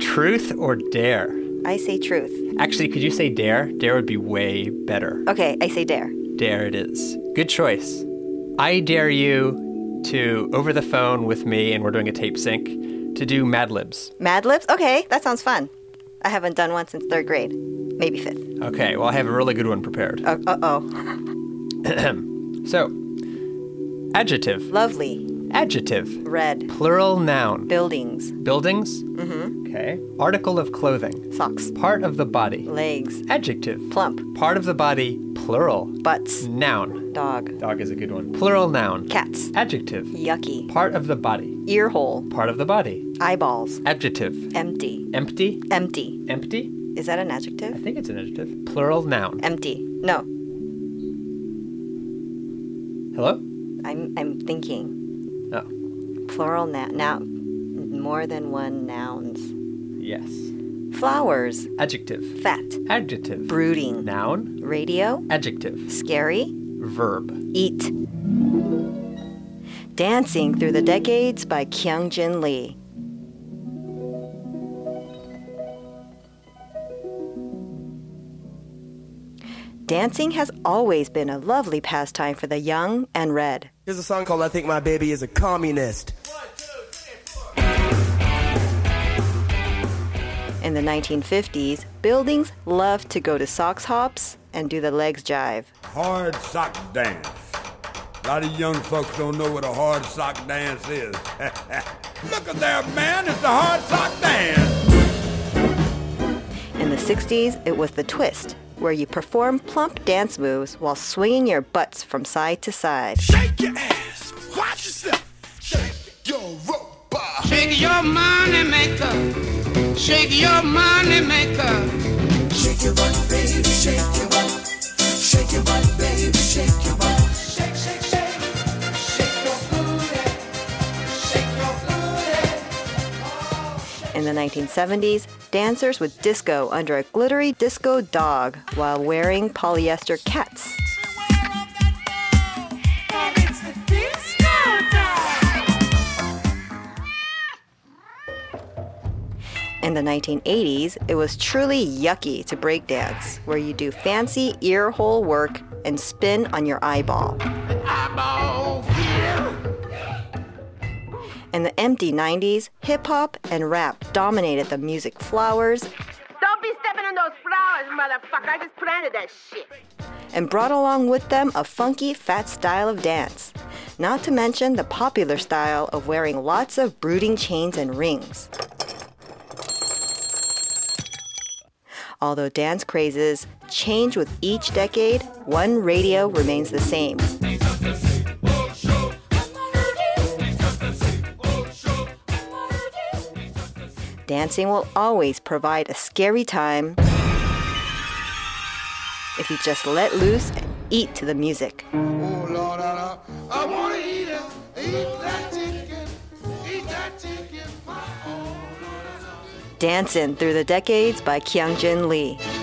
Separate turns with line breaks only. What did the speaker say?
Truth or dare?
I say truth.
Actually, could you say dare? Dare would be way better.
Okay, I say dare.
Dare it is. Good choice. I dare you to, over the phone with me, and we're doing a tape sync, to do Mad Libs.
Mad Libs? Okay, that sounds fun. I haven't done one since third grade, maybe fifth.
Okay, well, I have a really good one prepared.
Uh oh.
So, adjective.
Lovely.
Adjective.
Red.
Plural noun.
Buildings.
Buildings? Mm-hmm. Okay. Article of clothing.
Socks.
Part of the body.
Legs.
Adjective.
Plump.
Part of the body. Plural.
Butts.
Noun.
Dog.
Dog is a good one. Plural noun.
Cats.
Adjective.
Yucky.
Part of the body.
Ear hole.
Part of the body.
Eyeballs.
Adjective.
Empty.
Empty.
Empty.
Empty?
Is that an
I
adjective?
think it's an adjective. Plural noun.
Empty. No,
Hello?
I'm I'm thinking
Oh,
plural now. Now, more than one nouns.
yes.
Flowers.
Adjective.
Fat.
Adjective.
Brooding.
Noun.
Radio.
Adjective.
Scary.
Verb.
Eat. Dancing Through the Decades by Kyung Jin Lee. Dancing has always been a lovely pastime for the young and red.
Here's a song called I Think My Baby Is a Communist.
In the 1950s, buildings loved to go to socks hops and do the legs jive.
Hard sock dance. A lot of young folks don't know what a hard sock dance is. Look at there, man, it's a hard sock dance.
In the 60s, it was the twist, where you perform plump dance moves while swinging your butts from side to side.
Shake your ass. Watch yourself. Shake your robot. Shake your money maker. Shake your money maker. Shake your butt, baby. Shake your butt. Shake your butt, baby. Shake your butt. Shake, shake, shake. Shake your booty. Shake your booty.
In the 1970s, dancers would disco under a glittery disco dog while wearing polyester cats.
Beware of that dog. And it's the disco dog.
In the 1980s, it was truly yucky to breakdance, where you do fancy ear hole work and spin on your eyeball.
Eyeball here.
In the empty 90s, hip hop and rap dominated the music flowers
Don't be stepping on those flowers, motherfucker. I just planted that shit.
and brought along with them a funky, fat style of dance. Not to mention the popular style of wearing lots of brooding chains and rings. Although dance crazes change with each decade, one radio remains the same. Dancing will always provide a scary time if you just let loose and eat to the music.
Oh Lord, I, I wanna eat it. Eat that chicken. Eat that chicken. My, oh Lord, I-
Dancing Through the Decades by Kyung Jin Lee.